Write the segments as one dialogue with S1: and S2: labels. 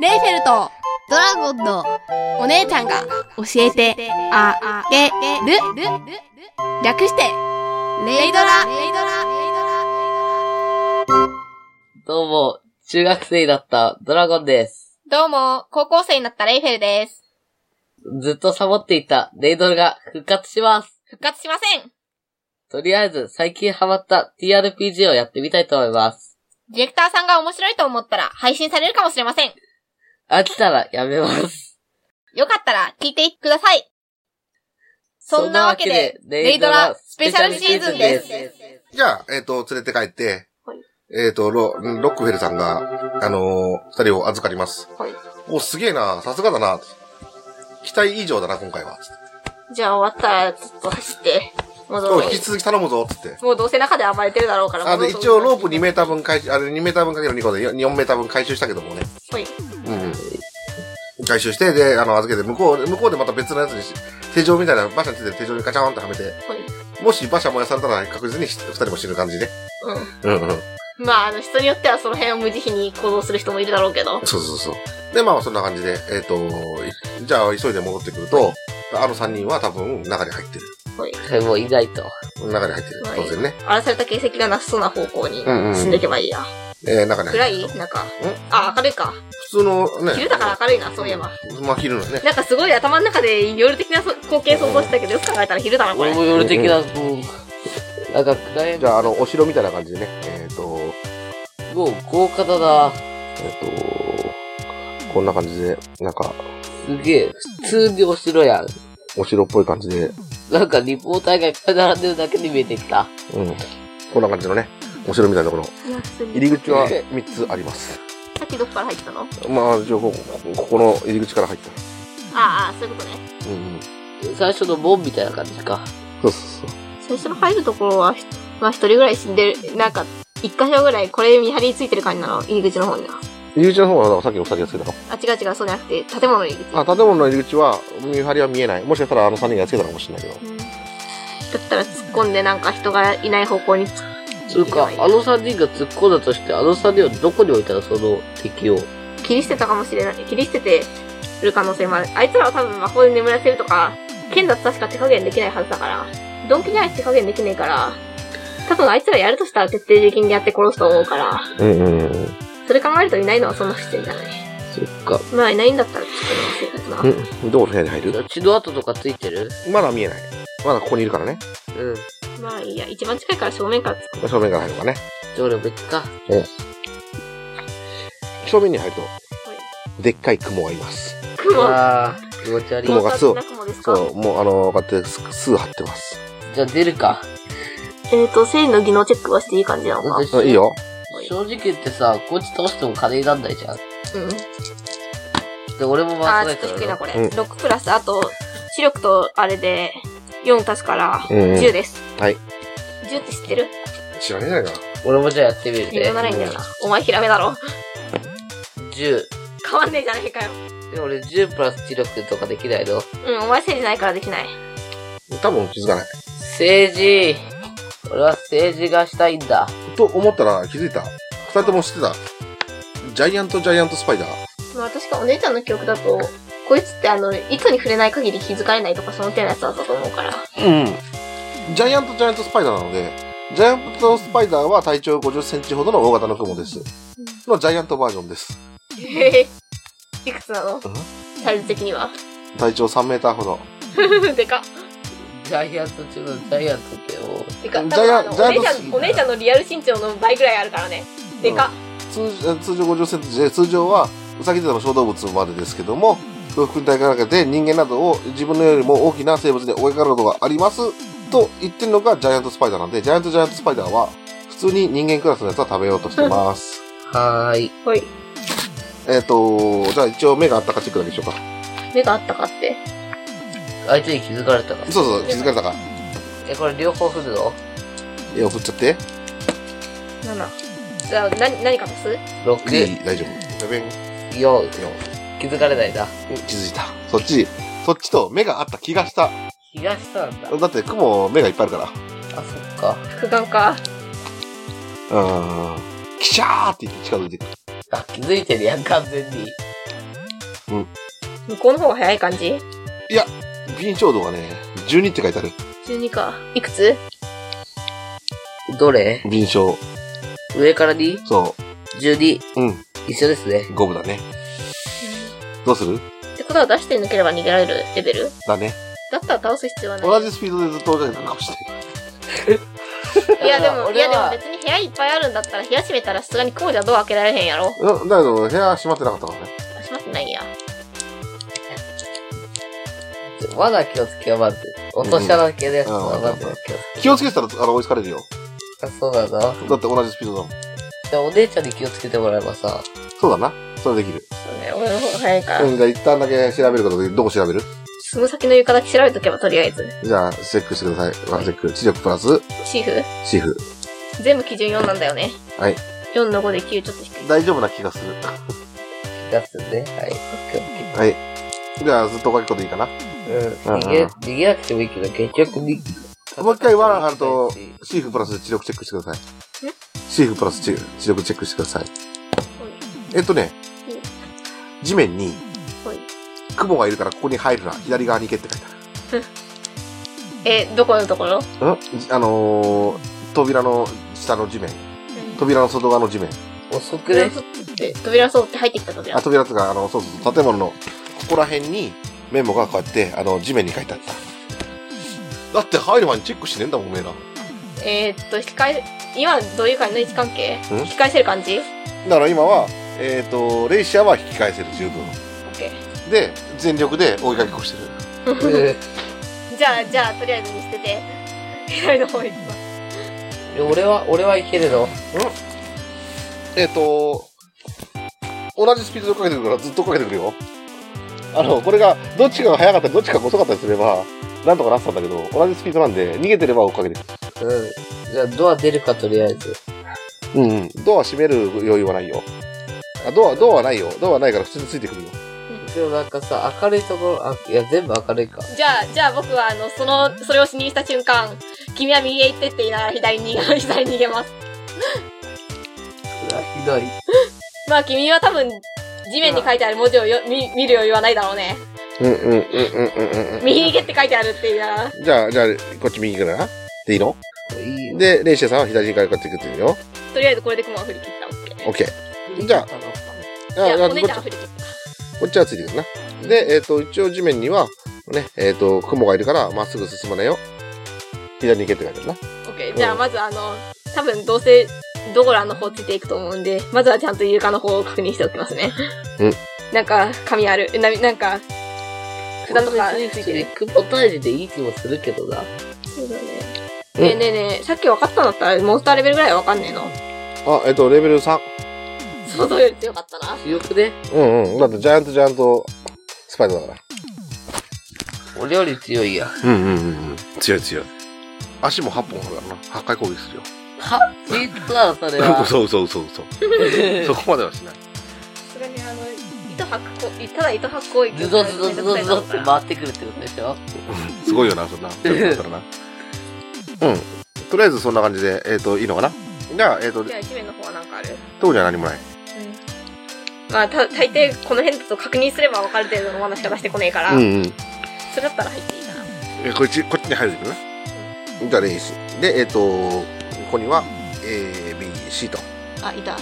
S1: レイフェルと
S2: ドラゴンの
S1: お姉ちゃんが教えてあげる略してレイドラ
S3: どうも、中学生だったドラゴンです。
S1: どうも、高校生になったレイフェルです。
S3: ずっとサボっていたレイドルが復活します。
S1: 復活しません
S3: とりあえず最近ハマった TRPG をやってみたいと思います。
S1: ディレクターさんが面白いと思ったら配信されるかもしれません。
S3: 飽きたらやめます。
S1: よかったら聞いてください。そんなわけで、レイドラスペシャルシーズンです。
S4: じゃあ、えっ、と、連れて帰って、
S1: はい
S4: えっ、とロ、ロックフェルさんが、あのー二人を預かります。
S1: はい。
S4: お、すげえな、さすがだな。期待以上だな、今回は。
S1: じゃあ終わったらずっと走って、戻
S4: 今
S1: ろ
S4: 日
S1: う
S4: 引き。続き頼むぞ、つって。
S1: もうどうせ中で暴れてるだろうから。
S4: あで一応、ロープ2メーター分回収、あれ2メーター分かける2個でよ4メーター分回収したけどもね。
S1: はい。
S4: うんうん。回収して、で、あの、預けて、向こう、向こうでまた別のやつにし、手錠みたいな、馬車についてる手錠にガチャンってはめて、もし馬車燃やされたら確実に2人も死ぬ感じね。うんうん。
S1: まあ、あの、人によってはその辺を無慈悲に行動する人もいるだろうけど。
S4: そうそうそう。で、まあそんな感じで、えっ、と、いじゃあ急いで戻ってくると、あの3人は多分中に入ってる。
S3: はい、もう意外と。
S4: 中に入ってる。
S1: はい
S4: 当然ね。
S1: 荒らされた形跡がなさそうな方向に
S4: うんうん
S1: 進んでいけばいいや。
S4: えー、中に入
S1: 暗
S4: ってる。
S1: いなんか。あ、明るいか。
S4: 普通のね。
S1: 昼だから明るいな、そういえば。
S4: まあ昼のね。
S1: なんかすごい頭の中で夜的なそ光景想像してたけど、よく考えたら昼だな、こ
S3: 俺
S1: れ。
S3: も夜的な、もう、なんか暗い
S4: じ。ゃああの、お城みたいな感じでね。えっ、と、
S3: もう豪華だな。
S4: えっ、と、こんな感じで、なんか、
S3: すげえ、普通にお城やん。
S4: お城っぽい感じで、
S3: なんかリポーターがいっぱい並んでるだけに見えてきた。
S4: うん。こんな感じのね、お城みたいなところ。入り口は
S3: え
S4: 3つあります。
S1: さっきどっから入ったのあ
S4: まあ、情報、ここここの入り口から入った。
S1: あ、そういうことね。
S4: うんうん。
S3: 最初の門みたいな感じか。
S4: そうそうそう。
S1: 最初の入るところは、まあ一人ぐらい死んでる、なんか、一箇所ぐらいこれ見張りついてる感じなの、入り口の方にな。
S4: 入り口の方はだからさっきのお酒がつけたか
S1: あ、違う違う、そうじゃなくて、建物の入り口。
S4: あ、建物の入り口は、見張りは見えない。もしかしたらあの3人がやっつけたのかもしれないけど。
S1: うんだったら突っ込んでなんか人がいない方向に突っ
S3: つうか、あの3人が突っ込んだとして、あの3人はどこに置いたのその敵を。
S1: 切り捨てたかもしれない切り捨ててる可能性もあるあいつらは多分魔法で眠らせるとか剣だと確か手加減できないはずだからドンキには手加減できないから多分あいつらやるとしたら徹底的にやって殺すと思うから
S4: うんうんうん。
S1: それ考えるといないのはそんな不自然じゃない
S3: そっか。
S1: まあいないんだったらちょっとまあ生活な
S4: うん。どこの部屋に入る
S3: 血の跡とかついてる
S4: まだ見えない。まだここにいるからね。
S3: うん。じ
S1: まあいいや一番近いから正面から突っ込む
S4: 正面から入るからね。
S3: ゃあ俺も行くか。
S4: 正面に入ると、でっかい雲がいます。
S1: 雲
S3: ああ、気持ち悪い。
S4: 雲が巣
S1: ど
S4: を
S1: んな雲ですか
S4: そう、もうあの、こうやってす巣張ってます。
S3: じゃあ出るか。
S1: えっ、ー、と性の技能チェックはしていい感じなのか
S4: あいいよ。
S3: 正直言ってさ、こっち倒しても金になんないじゃん。
S1: うん
S3: で、俺も
S1: あ
S3: 回
S1: ー、
S3: せ
S1: ち
S3: な
S1: ょっ
S3: いか
S1: と
S3: ら
S1: 低いな、
S3: な。
S1: これ。
S4: うん
S1: 6プラス、あと、視力とあれで、4足すから、
S4: うんうん
S1: 10です。
S4: はい。
S1: 10って知ってる
S4: 知らねえじゃないか
S3: 俺もじゃあやってみる
S1: 微妙
S3: ね
S1: な。ラインだよな。お前、ヒラメだろ。
S3: 10。
S1: 変わんねえじゃねえかよ。
S3: で、俺10プラス知力とかできないの。
S1: うん、お前、せいじないからできない。
S4: な。多分気づかない。
S3: 政治俺は政治がしたいんだ。
S4: と思ったら気づいた。二人とも知ってた。ジャイアントジャイアントスパイダー。
S1: まあ、確かお姉ちゃんの記憶だと、こいつってあの、糸に触れない限り気づかれないとか、その手のやつだったと思うから。
S4: うん。ジャイアントジャイアントスパイダーなので、ジャイアントスパイダーは体長50センチほどの大型の雲です。のジャイアントバージョンです。
S1: へへ。いくつなのサイズ的には。
S4: 体長3メーターほど。
S1: でかっ。
S3: ジャイアント中のジャイアントってもう、
S1: でかっ。
S4: ジ
S1: 多
S4: ャイ
S1: 分あ
S4: アン
S1: の
S4: ジ
S1: お
S4: ャイア
S1: 姉
S4: ン
S1: ちゃ
S4: ト
S1: ん、お姉ちゃんのリアル身長の倍ぐらいあるからね。でかっ。
S4: 通通常50センチで、通常はウサギでも小動物までですけども、不服に耐えかけて人間などを自分のよりも大きな生物で追いかかることがありますと言ってるのがジャイアントスパイダーなんで、ジャイアントジャイアントスパイダーは普通に人間クラスのやつは食べようとしてます。
S3: はーい。
S1: ほい。
S4: えっと、じゃあ一応目があったかチェックだけでしょうか。
S1: 目があったかって。
S3: 相手に気づかれたから。
S4: そうそう、気づかれたか。
S3: え、これ両方振るの
S4: え、送っちゃって。
S1: 7。じゃあ、な、何か足す
S4: いい
S3: ?6、
S4: 大丈夫。ベン
S3: 4、気づかれないな。
S4: 気づいた。そっち、そっちと目があった気がした。
S3: 東さんだ。
S4: だって雲、目がいっぱいあるか
S3: あ、そっか。
S1: 副眼か。
S4: ら。うーん。キシャーって言って近づいてくる。
S3: ああ、気づいてるやん、完全に。
S1: 向こうの方が早い感じ
S4: 備品照度がね、12って書いてある。
S1: ?12 か。いくつ
S3: どれ
S4: 備品照。
S3: 上から 2?12。
S4: そうん
S3: 一緒ですね
S4: う、。五分だね。どうする
S1: ってことは出して抜ければ逃げられるレベル
S4: だね。
S1: だったら倒す必要はない。
S4: 同じスピードでずっと追いかけてるかもしれない。
S1: いやでも、い
S3: 俺
S1: やでも
S3: は
S1: 別に部屋いっぱいあるんだったら部屋閉めたらさすがにこうじゃドア開けられへんやろ。
S4: うんだけど、部屋閉まってなかったからね。
S1: 閉まってないんや。
S3: 罠気をつけよう、まず。落とし穴系のやつ
S4: う
S3: は
S4: ん
S3: まず気をつけ
S4: 気をつけてたら、あの、追いつかれるよ。
S3: あ、そうだな。
S4: だって同じスピードだもん。
S3: じゃあお姉ちゃんに気をつけてもらえばさ、
S4: そうだな。それできる。
S1: そうね、俺の方が早いから。
S4: うん、じゃあ一旦だけ調べることで、どこ調べる
S1: その先の床だけ調べとけばとりあえず。
S4: じゃあ、チェックしてください。ワンチェック。知力プラス、
S1: シーフ
S4: シーフ。
S1: 全部基準4なんだよね。
S4: はい。
S1: 4の5で9ちょっと低い。
S4: 大丈夫な気がする。
S3: 出すね。はい。オ
S4: はい。じゃあ、ずっと追いかけっこでいいかな。
S3: ッケーオッケーうん。
S4: うん
S3: 逃げ、逃げなくてもいいけど、結局に、
S4: もう一回罠があるとシーフプラス知力チェックしてください
S1: え。
S4: シーフプラス知知力チェックしてください。えっとね、地面に
S1: ほいほい
S4: 雲がいるからここに入るな。左側に行けって書いてある。
S1: え、どこのところ
S4: うんあのー、扉の下の地面。扉の外側の地面。
S3: 遅く
S1: 扉
S3: ね
S1: を。取って、扉を取って入ってきた扉
S4: あ、。扉とか、あの、そうそうそう、建物のここら辺にメモがこうやって、あの、地面に書いてあった。だって入る前にチェックしてねえんだもん、おめえら。
S1: えーっと、引き返、今どういう感じの位置関係
S4: ん
S1: 引き返せる感じ
S4: だから今は、えっ、と、レイシアは引き返せる、十分。
S1: ?OK。
S4: で、全力で追いかけっこして
S3: う
S4: る。
S3: ん
S1: じゃあ、じゃあ、とりあえず見捨てて、左の方行きます。
S3: 俺は、俺はいけるの。
S4: えっ、と、同じスピードで追っかけてくるからずっと追っかけてくるよ。あの、これが、どっちかが速かったり、どっちかが遅かったりすれば、なんとかなってたんだけど、同じスピードなんで、逃げてれば追っかけてくる。
S3: うん。じゃあドア出るかとりあえず。
S4: うん、うん。ドア閉める余裕はないよ。あ、ドア、ドアはないよ。ドアはないから普通についてくるよ。
S3: でもなんかさ、明るいところ、あ、いや全部明るいか。
S1: じゃあ、じゃあ僕は、あの、その、それを死にした瞬間、君は右へ行ってって言いながら左に、左に逃げます。
S3: うわひどい。
S1: まあ君は多分、地面に書いてある文字をよ見見る余裕はないだろうね。
S4: うん、うん、うん、うん、うん、
S1: 右に行けって書いてあるって言いながら。
S4: うん。じゃあ、じゃあ、こっち右からな。でいいの
S3: いいよ。
S4: で、レイシアさんは左からこうやってくってるよ。
S1: とりあえずこれで雲を振り切った。オッケー
S4: オッケー。じゃあじ
S1: じゃあ、お
S4: こ
S1: 姉
S4: っ
S1: ち
S4: ち
S1: ゃんは振り切った。
S4: こっちはついてくるな。で、えっ、と、一応地面には、ね、えっ、と、雲がいるから、まっすぐ進まないよ。左に行けって書いてあるな。
S1: オッケー。じゃあ、まずあの、多分どうせ、ドゴランの方ついていくと思うんで、まずはちゃんとイルカの方を確認しておきますね。
S4: うん。
S1: なんか、紙ある。えな、なんか、札とかついてる。
S3: クボ退治でいい気もするけどな。
S1: そうだね。
S4: うん
S1: ねえねえねえ、さっき分かったんだったら、モンスターレベルぐらいは分かんねえの。
S4: あ、えっ、と、レベル3。
S1: 想像より強かったな。
S3: 強くね
S4: うんうん。だってジャイアントジャイアントスパイダーだか
S3: 俺より強いや。
S4: ら。うんうんうん。強い強い。足も8本あるからな。8回攻撃するよ。
S3: はツイッターそれ は。
S4: 嘘嘘嘘嘘。そこまではしない。
S1: それにあの、糸吐くこ、ただ糸吐く攻撃
S3: ズドズドズドズドって回ってくるってことでしょ
S4: すごいよな、そんな。うん。とりあえずそんな感じで、えっ、と、いいのかなじゃあ、えっ、と
S1: じ、ゃあ、地面の方はなんかある
S4: 当時は何もない。
S1: まあ、た、大抵この辺だと確認すれば分かる程度のお話が出してこねえから、
S4: うんうん。
S1: それだったら入っていいかな。
S4: えこっちこっちに入るけどねじゃあレイスでえっ、とここには ABC と
S1: あ、いた。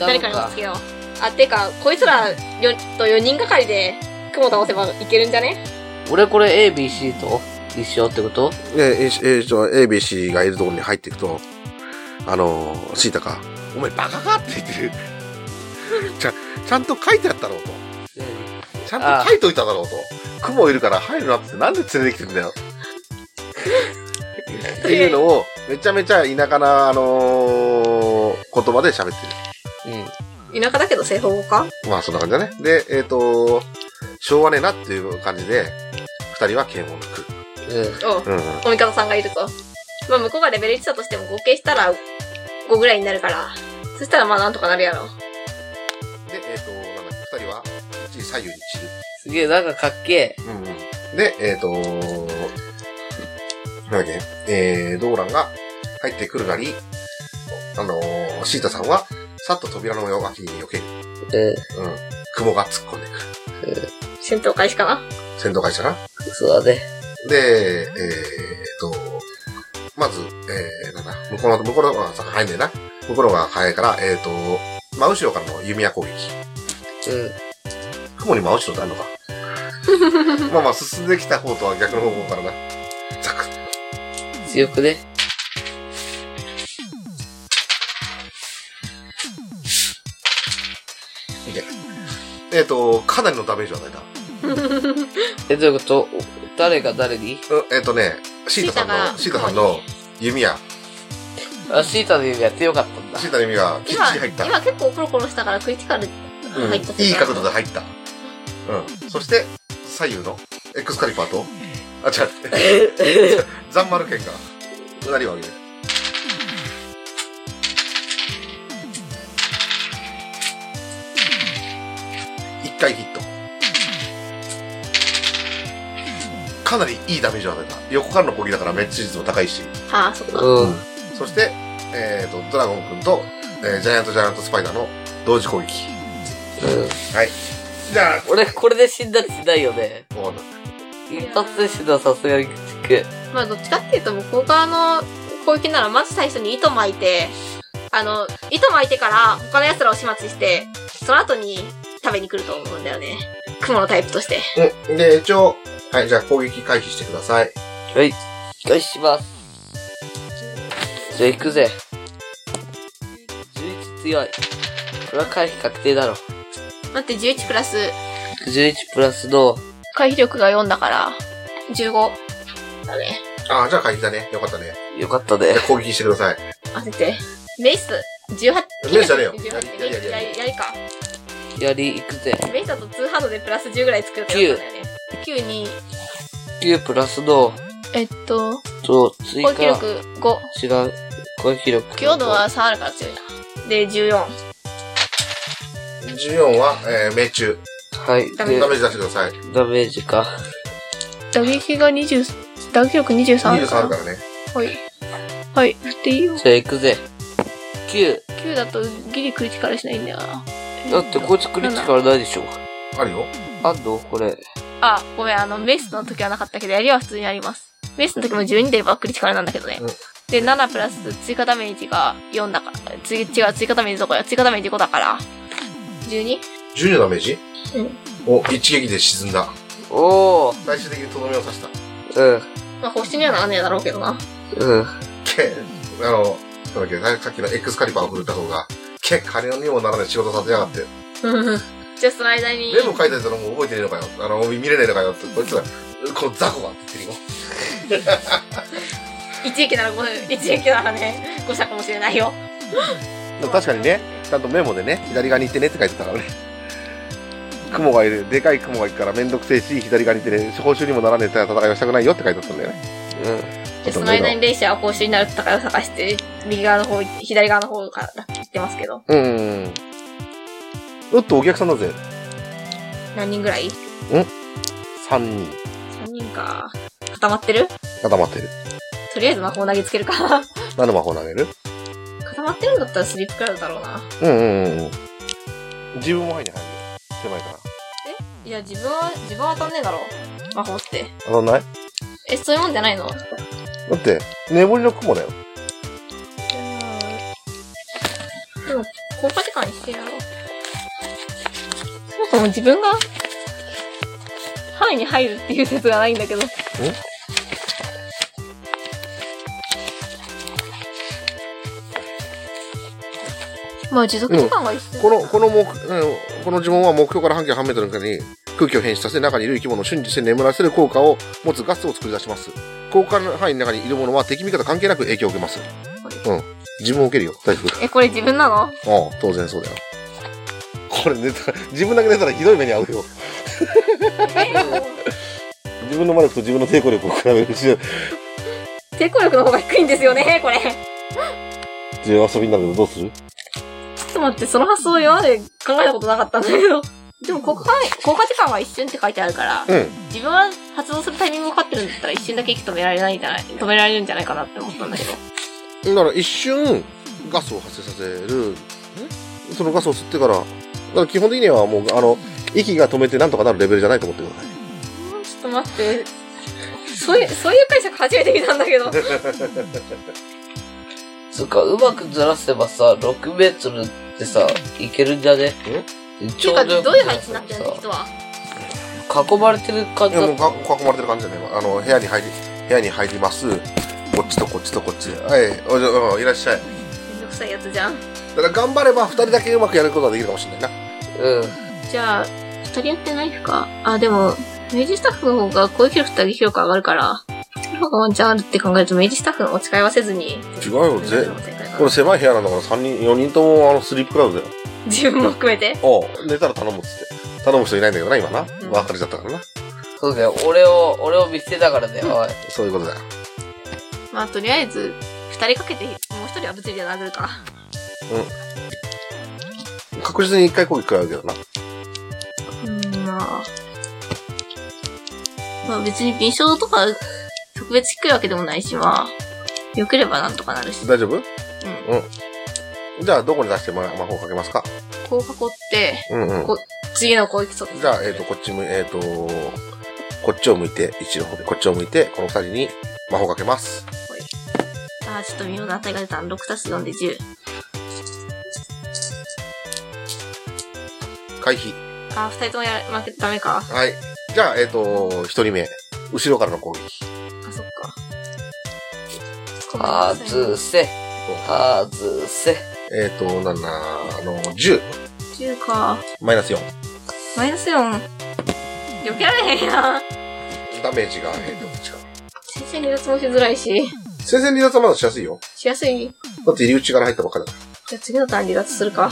S1: 誰
S3: 誰
S1: か
S3: か
S1: に
S3: に
S1: 押
S3: 押
S1: し
S3: し
S1: 付けよう。あ、てか、こいつらよと4人がかりで、雲倒せばいけるんじゃね
S3: 俺これ ABC と一緒ってこと
S4: でえーえーと ABC がいるところに入っていくとあのーシータが「お前バカか?」って言ってる ちゃちゃんと書いてあったろうとちゃんと書いといただろうと雲いるから入るなってなんで連れてきてるんだよっていうのをめちゃめちゃ田舎なあのー言葉で喋ってる
S3: う
S1: 田舎だけど正方語か
S4: まあそんな感じだね。で、えっ、と、しょうがねえなっていう感じで、二人は剣を抜く。
S3: ん。うん。
S1: おう、
S4: うん、うん。
S1: お味方さんがいると。まあ、向こうがレベル1だとしても合計したら5ぐらいになるから、そしたらまあなんとかなるやろ。
S4: で、えっ、と、なんだっけ、二人は、一時左右に散る。
S3: すげえ、なんかかっけ
S4: うん、うん。で、えっ、と、なんだっけ、えー、ドーランが入ってくるなり、あのーシータさんは、さっと扉の脇に避ける。
S3: え。え
S4: うん。雲が突っ込んでくる。
S1: 戦闘開始かな
S4: 戦闘会社な。
S3: ー、そうだね。
S4: で、えー、っと、まず、えー、なんだ、向こうの、向こうの方がさ入んねえな。向こうの方が早いから、えー、っと、真後ろからの弓矢攻撃。
S3: う
S4: 雲に真後ろってあるの か。まあまあ、進んできた方とは逆の方向からな。ザクッ
S3: ん。強くね。
S4: えー、っと、かなりのダメージを与えた。
S3: え、どういうこと誰が誰に
S4: うん、えー、っとね、シータさんの、シ
S1: シ
S4: ー
S1: ー
S4: タ
S1: タが
S4: さんの弓矢、
S3: あ、シータの指は強かったんだ
S4: シ。ータの弓がきっちり
S1: 今、
S4: 入った。
S1: 今結構コロコロしたからクリティカル
S4: うん、
S1: 入
S4: い
S1: った
S4: い角度で入った。うん。そして、左右のエクスカリバーと、あ、違う、 ザンマル剣が、うなりを上げる。一回ヒット。かなりいいダメージを与えた。横からの攻撃だからめっちゃ率も高いし。
S1: ああ、そっか。
S3: うん。
S4: そして、えっ、と、ドラゴン君と、えージャイアント・ジャイアント・スパイダーの同時攻撃。じゃあ、
S3: 俺、これで死んだりしないよね。
S4: 終わった。
S3: 一発で死んだらさすがにきつく。
S1: まあ、どっちかっていうと、向こう側の攻撃なら、まず最初に糸巻いて、あの、糸巻いてから、他の奴らを始末して、その後に食べに来ると思うんだよね。雲のタイプとして。
S4: うん。で、一応、はい、じゃあ攻撃回避してください。
S3: はい。よし、します。じゃあ、行くぜ。11強い。これは回避確定だろ。
S1: 待って、11プラス、
S3: 11プラスの、
S1: 回避力が4だから、15。だね。
S4: ああ、じゃあ回避だね。よかったね。
S3: よかった
S4: じ
S3: ね
S4: ゃあ。攻撃してください。
S1: あ、先生。メイス、18。
S4: メイスじゃねえよ
S1: 18
S4: やりやりやりやり
S1: やりか。
S3: やり、行くぜ。
S1: メイスだと2ハードでプラス10ぐらいつくってことだよね。9に、
S3: 9プラスの、
S1: えっと、
S3: と、追
S1: 攻
S3: 加。
S1: 撃力5。
S3: 違う。攻撃力。
S1: 強度は3あるから強いな。で、14。
S4: 14は、えー、命中。
S3: はい。
S1: ダ
S4: ダメ
S3: で
S1: メ
S4: ージ出してください。
S3: ダメージか。
S1: 打撃が20、打撃力23ある
S4: 23
S1: かな
S4: あるからね。
S1: はい。はい、振っていいよ。
S3: じゃあ、行くぜ。9。
S1: 9だとギリクリティカルしないんだよな。
S3: だって、こいつクリティカルないでしょ。
S4: あるよ。
S3: あんのこれ。
S1: あ、ごめん、あの、メスの時はなかったけど、やりは普通にあります。メスの時も12出ればクリティカルなんだけどね
S4: うん。
S1: で、7プラス追加ダメージが4だから、つ違う、追加ダメージどこや、追加ダメージ5だから。12?
S4: 12のダメージ
S1: うん。
S4: お、一撃で沈んだ。
S3: おー。
S4: 最終的にとどめを刺した。
S3: うん。
S1: まあ、星にはならねえだろうけどな。
S3: うん。
S4: け、あの、なんだっけ、さっきのエクスカリバーを振るった方が、け、金にもならない仕事させやがって。
S1: じゃあ、その間に
S4: メ、モ書いてたのも覚えてねえのかよ。あの、見れないのかよって、こいつら、この雑魚がって言ってるよ。
S1: 一撃なら5、一撃ならね、5社かもしれないよ。
S4: でも確かにね、ちゃんとメモでね、左側に行ってねって書いてたからね。雲がいる、でかい雲がいるからめんどくせえし、左側に行ってね、報酬にもならねえ戦いはしたくないよって書いてあったんだよね。
S3: うん。
S1: で、その間にレイシャーは報酬になる戦いを探して、右側の方、左側の方からだって言ってますけど、
S4: うん。おっと、お客さんだぜ。
S1: 何人ぐらい
S4: 3人
S1: ?3 人か。固まってる
S4: 固まってる。
S1: とりあえず魔法投げつけるか。
S4: 何の魔法投げる
S1: 固まってるんだったらスリップクラウドだろうな。
S4: うんうんうんうん。自分も範囲に入るよ。手前から。
S1: いや、自分は、自分は当たんねえだろ魔法って。
S4: 当たんない
S1: え、そういうもんじゃないの
S4: だって、眠りの雲だよ。
S1: でも、効果時間一定だろ。そもそも自分が、範囲に入るっていう説がないんだけど。まあ、持続時間が一定、
S4: この、この目、うんこの呪文は目標から半径半メートルの中に空気を変質させ、中にいる生き物を瞬時に眠らせる効果を持つガスを作り出します。効果の範囲の中にいるものは敵味方関係なく影響を受けます。うん。自分を受けるよ。大丈
S1: え、これ自分な の
S4: 夫。ああ、当然そうだよ。これ寝たら、自分だけ寝たらひどい目に遭うよ。自分の魔力と自分の抵抗力を比べるし、
S1: 抵抗力の方が低いんですよね、これ。ち
S4: 自分遊びになるけどどうする
S1: ょっと待って、その発想今まで考えたことなかったんだけど。でも、効果範囲、効果時間は一瞬って書いてあるから、
S4: うん。
S1: 自分は発動するタイミング分かってるんだったら一瞬だけ息止められないんじゃない止められるんじゃないかなって思ったんだけど。
S4: だから一瞬ガスを発生させるそのガスを吸ってからから基本的にはもう、あの、息が止めてなんとかなるレベルじゃないと思ってください。
S1: ちょっと待って。そういう、そういう解釈初めて見たんだけど。
S3: つうか、うまくずらせばさ、6メートルってさ、いけるんじゃね
S1: て
S3: ちょ
S1: か、
S3: うどよ
S1: どういう配置になってるんだ、
S3: さ
S1: 人は。
S3: 囲まれてる感
S4: い
S3: じ
S4: や
S3: だ
S4: もう
S3: った
S4: か囲まれてる感じだね。あの、部屋に入り、部屋に入ります。こっちとこっちとこっち。はい、おじゃうんいらっしゃい。
S1: めんどくさいやつじゃん。
S4: ただ頑張れば二人だけうまくやることができるかもしれないな。
S3: うん。
S1: じゃあ、二人やってナイフか。あ、でも、明治スタッフの方が攻撃力と広く上がるから、その方がワンチャンあるって考えると、明治スタッフのお使いはせずに。
S4: 違うよ、ぜ。これ狭い部屋なんだから三人、4人ともあのスリープクラウドだよ。
S1: 自分も含めて。
S4: おう寝たら頼むっつって。頼む人いないんだけどな、今な。
S1: ん
S4: 別れちゃったからな。
S3: そうだよ。俺を、俺を見捨てたからだよ。おい
S4: そういうことだよ。
S1: まあ、とりあえず、二人かけて、もう一人は物理で殴るか。
S4: 確実に一回攻撃食らうけどな。
S1: うん、まあ。まあ別に敏傷とか、特別低いわけでもないし、まあ、良ければなんとかなるし。
S4: 大丈夫
S1: うん。
S4: じゃあ、どこに出してもら魔法かけますか
S1: こう囲って、
S4: うんうん。
S1: こ次の攻撃と。
S4: じゃあ、えっ、と、こっち向い、えっ、と、こっちを向いて、一の方で、こっちを向いて、この二人に魔法かけます。
S1: ああ、ちょっと微妙な値が出た。6たす4で10。
S4: 回避。
S1: ああ、二人ともやら負けてダメか。
S4: はい。じゃあ、えっ、と、一人目。後ろからの攻撃。
S1: あ、そっか。
S3: はずせ。はずせ。
S4: えっ、と、なんだ、あの、10。
S1: 10か。
S4: マイナス4。
S1: マイナス4。避けられへんやん。
S4: ダメージが、えっ、と、こっちか
S1: 先生離脱もしづらいし、
S4: 戦線離脱はまだしやすいよ。
S1: しやすい。
S4: だって入り口から入ったばっかりだか
S1: じゃあ次のターン離脱するか。
S4: ら。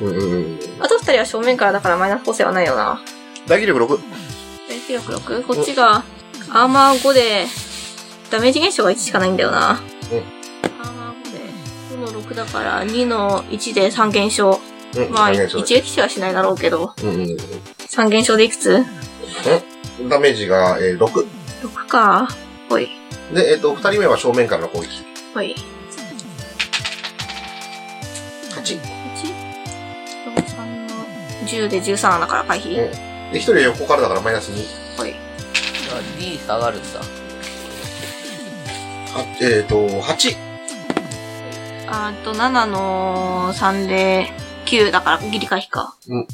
S4: うんうんうん。
S1: あと二人は正面からだからマイナス補正はないよな。
S4: 打撃力6。
S1: 大気力6。こっちが、アーマー5で、ダメージ減少が1しかないんだよな。
S4: うん
S1: アーマー5で、5の6だから、2の1で3減少。
S4: うん。
S1: まあ、
S4: ダメージ
S1: 一撃死はしないだろうけど、
S4: うんうん
S1: 3減少でいくつ
S4: うん。ダメージが、えー、6。
S1: ?6 か。ほい、
S4: で、えっ、と、二人目は正面からの攻撃。
S1: ほい。
S4: 8。
S1: 1?3 の10で13だから回避。
S4: うんで、一人は横からだからマイナス2。
S1: ほい。
S3: 2下がるんだ。
S4: はえっ、と、8。
S1: あと、7の3で、9だからギリ回避か。
S4: うん
S1: ん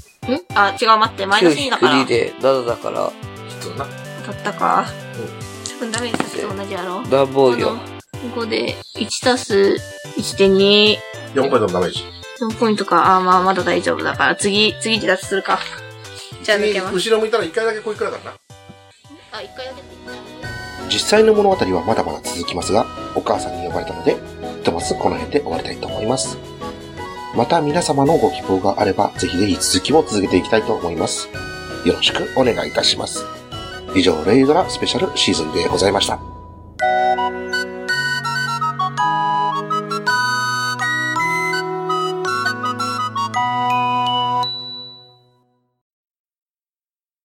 S1: あ、違う、待って、マイナス2だから。
S3: 9で7だから、
S4: ちょっとな。
S1: だったか。
S4: う
S1: 多分ダメージさっきと同じやろ。
S3: 暖房よ。
S1: 5で、1たす1で2、
S4: 4ポイントのダメージ。
S1: 4ポイントか。あーまあ、まだ大丈夫だから、次、次離脱するか。じゃあ抜けます。
S4: 後ろ向いたら一回だけこういくらだからな。
S1: あ、1回だけでいい
S4: 実際の物語はまだまだ続きますが、お母さんに呼ばれたので、ひとまずこの辺で終わりたいと思います。また皆様のご希望があれば、ぜひぜひ続きも続けていきたいと思います。よろしくお願いいたします。以上、レイドラスペシャルシーズンでございました。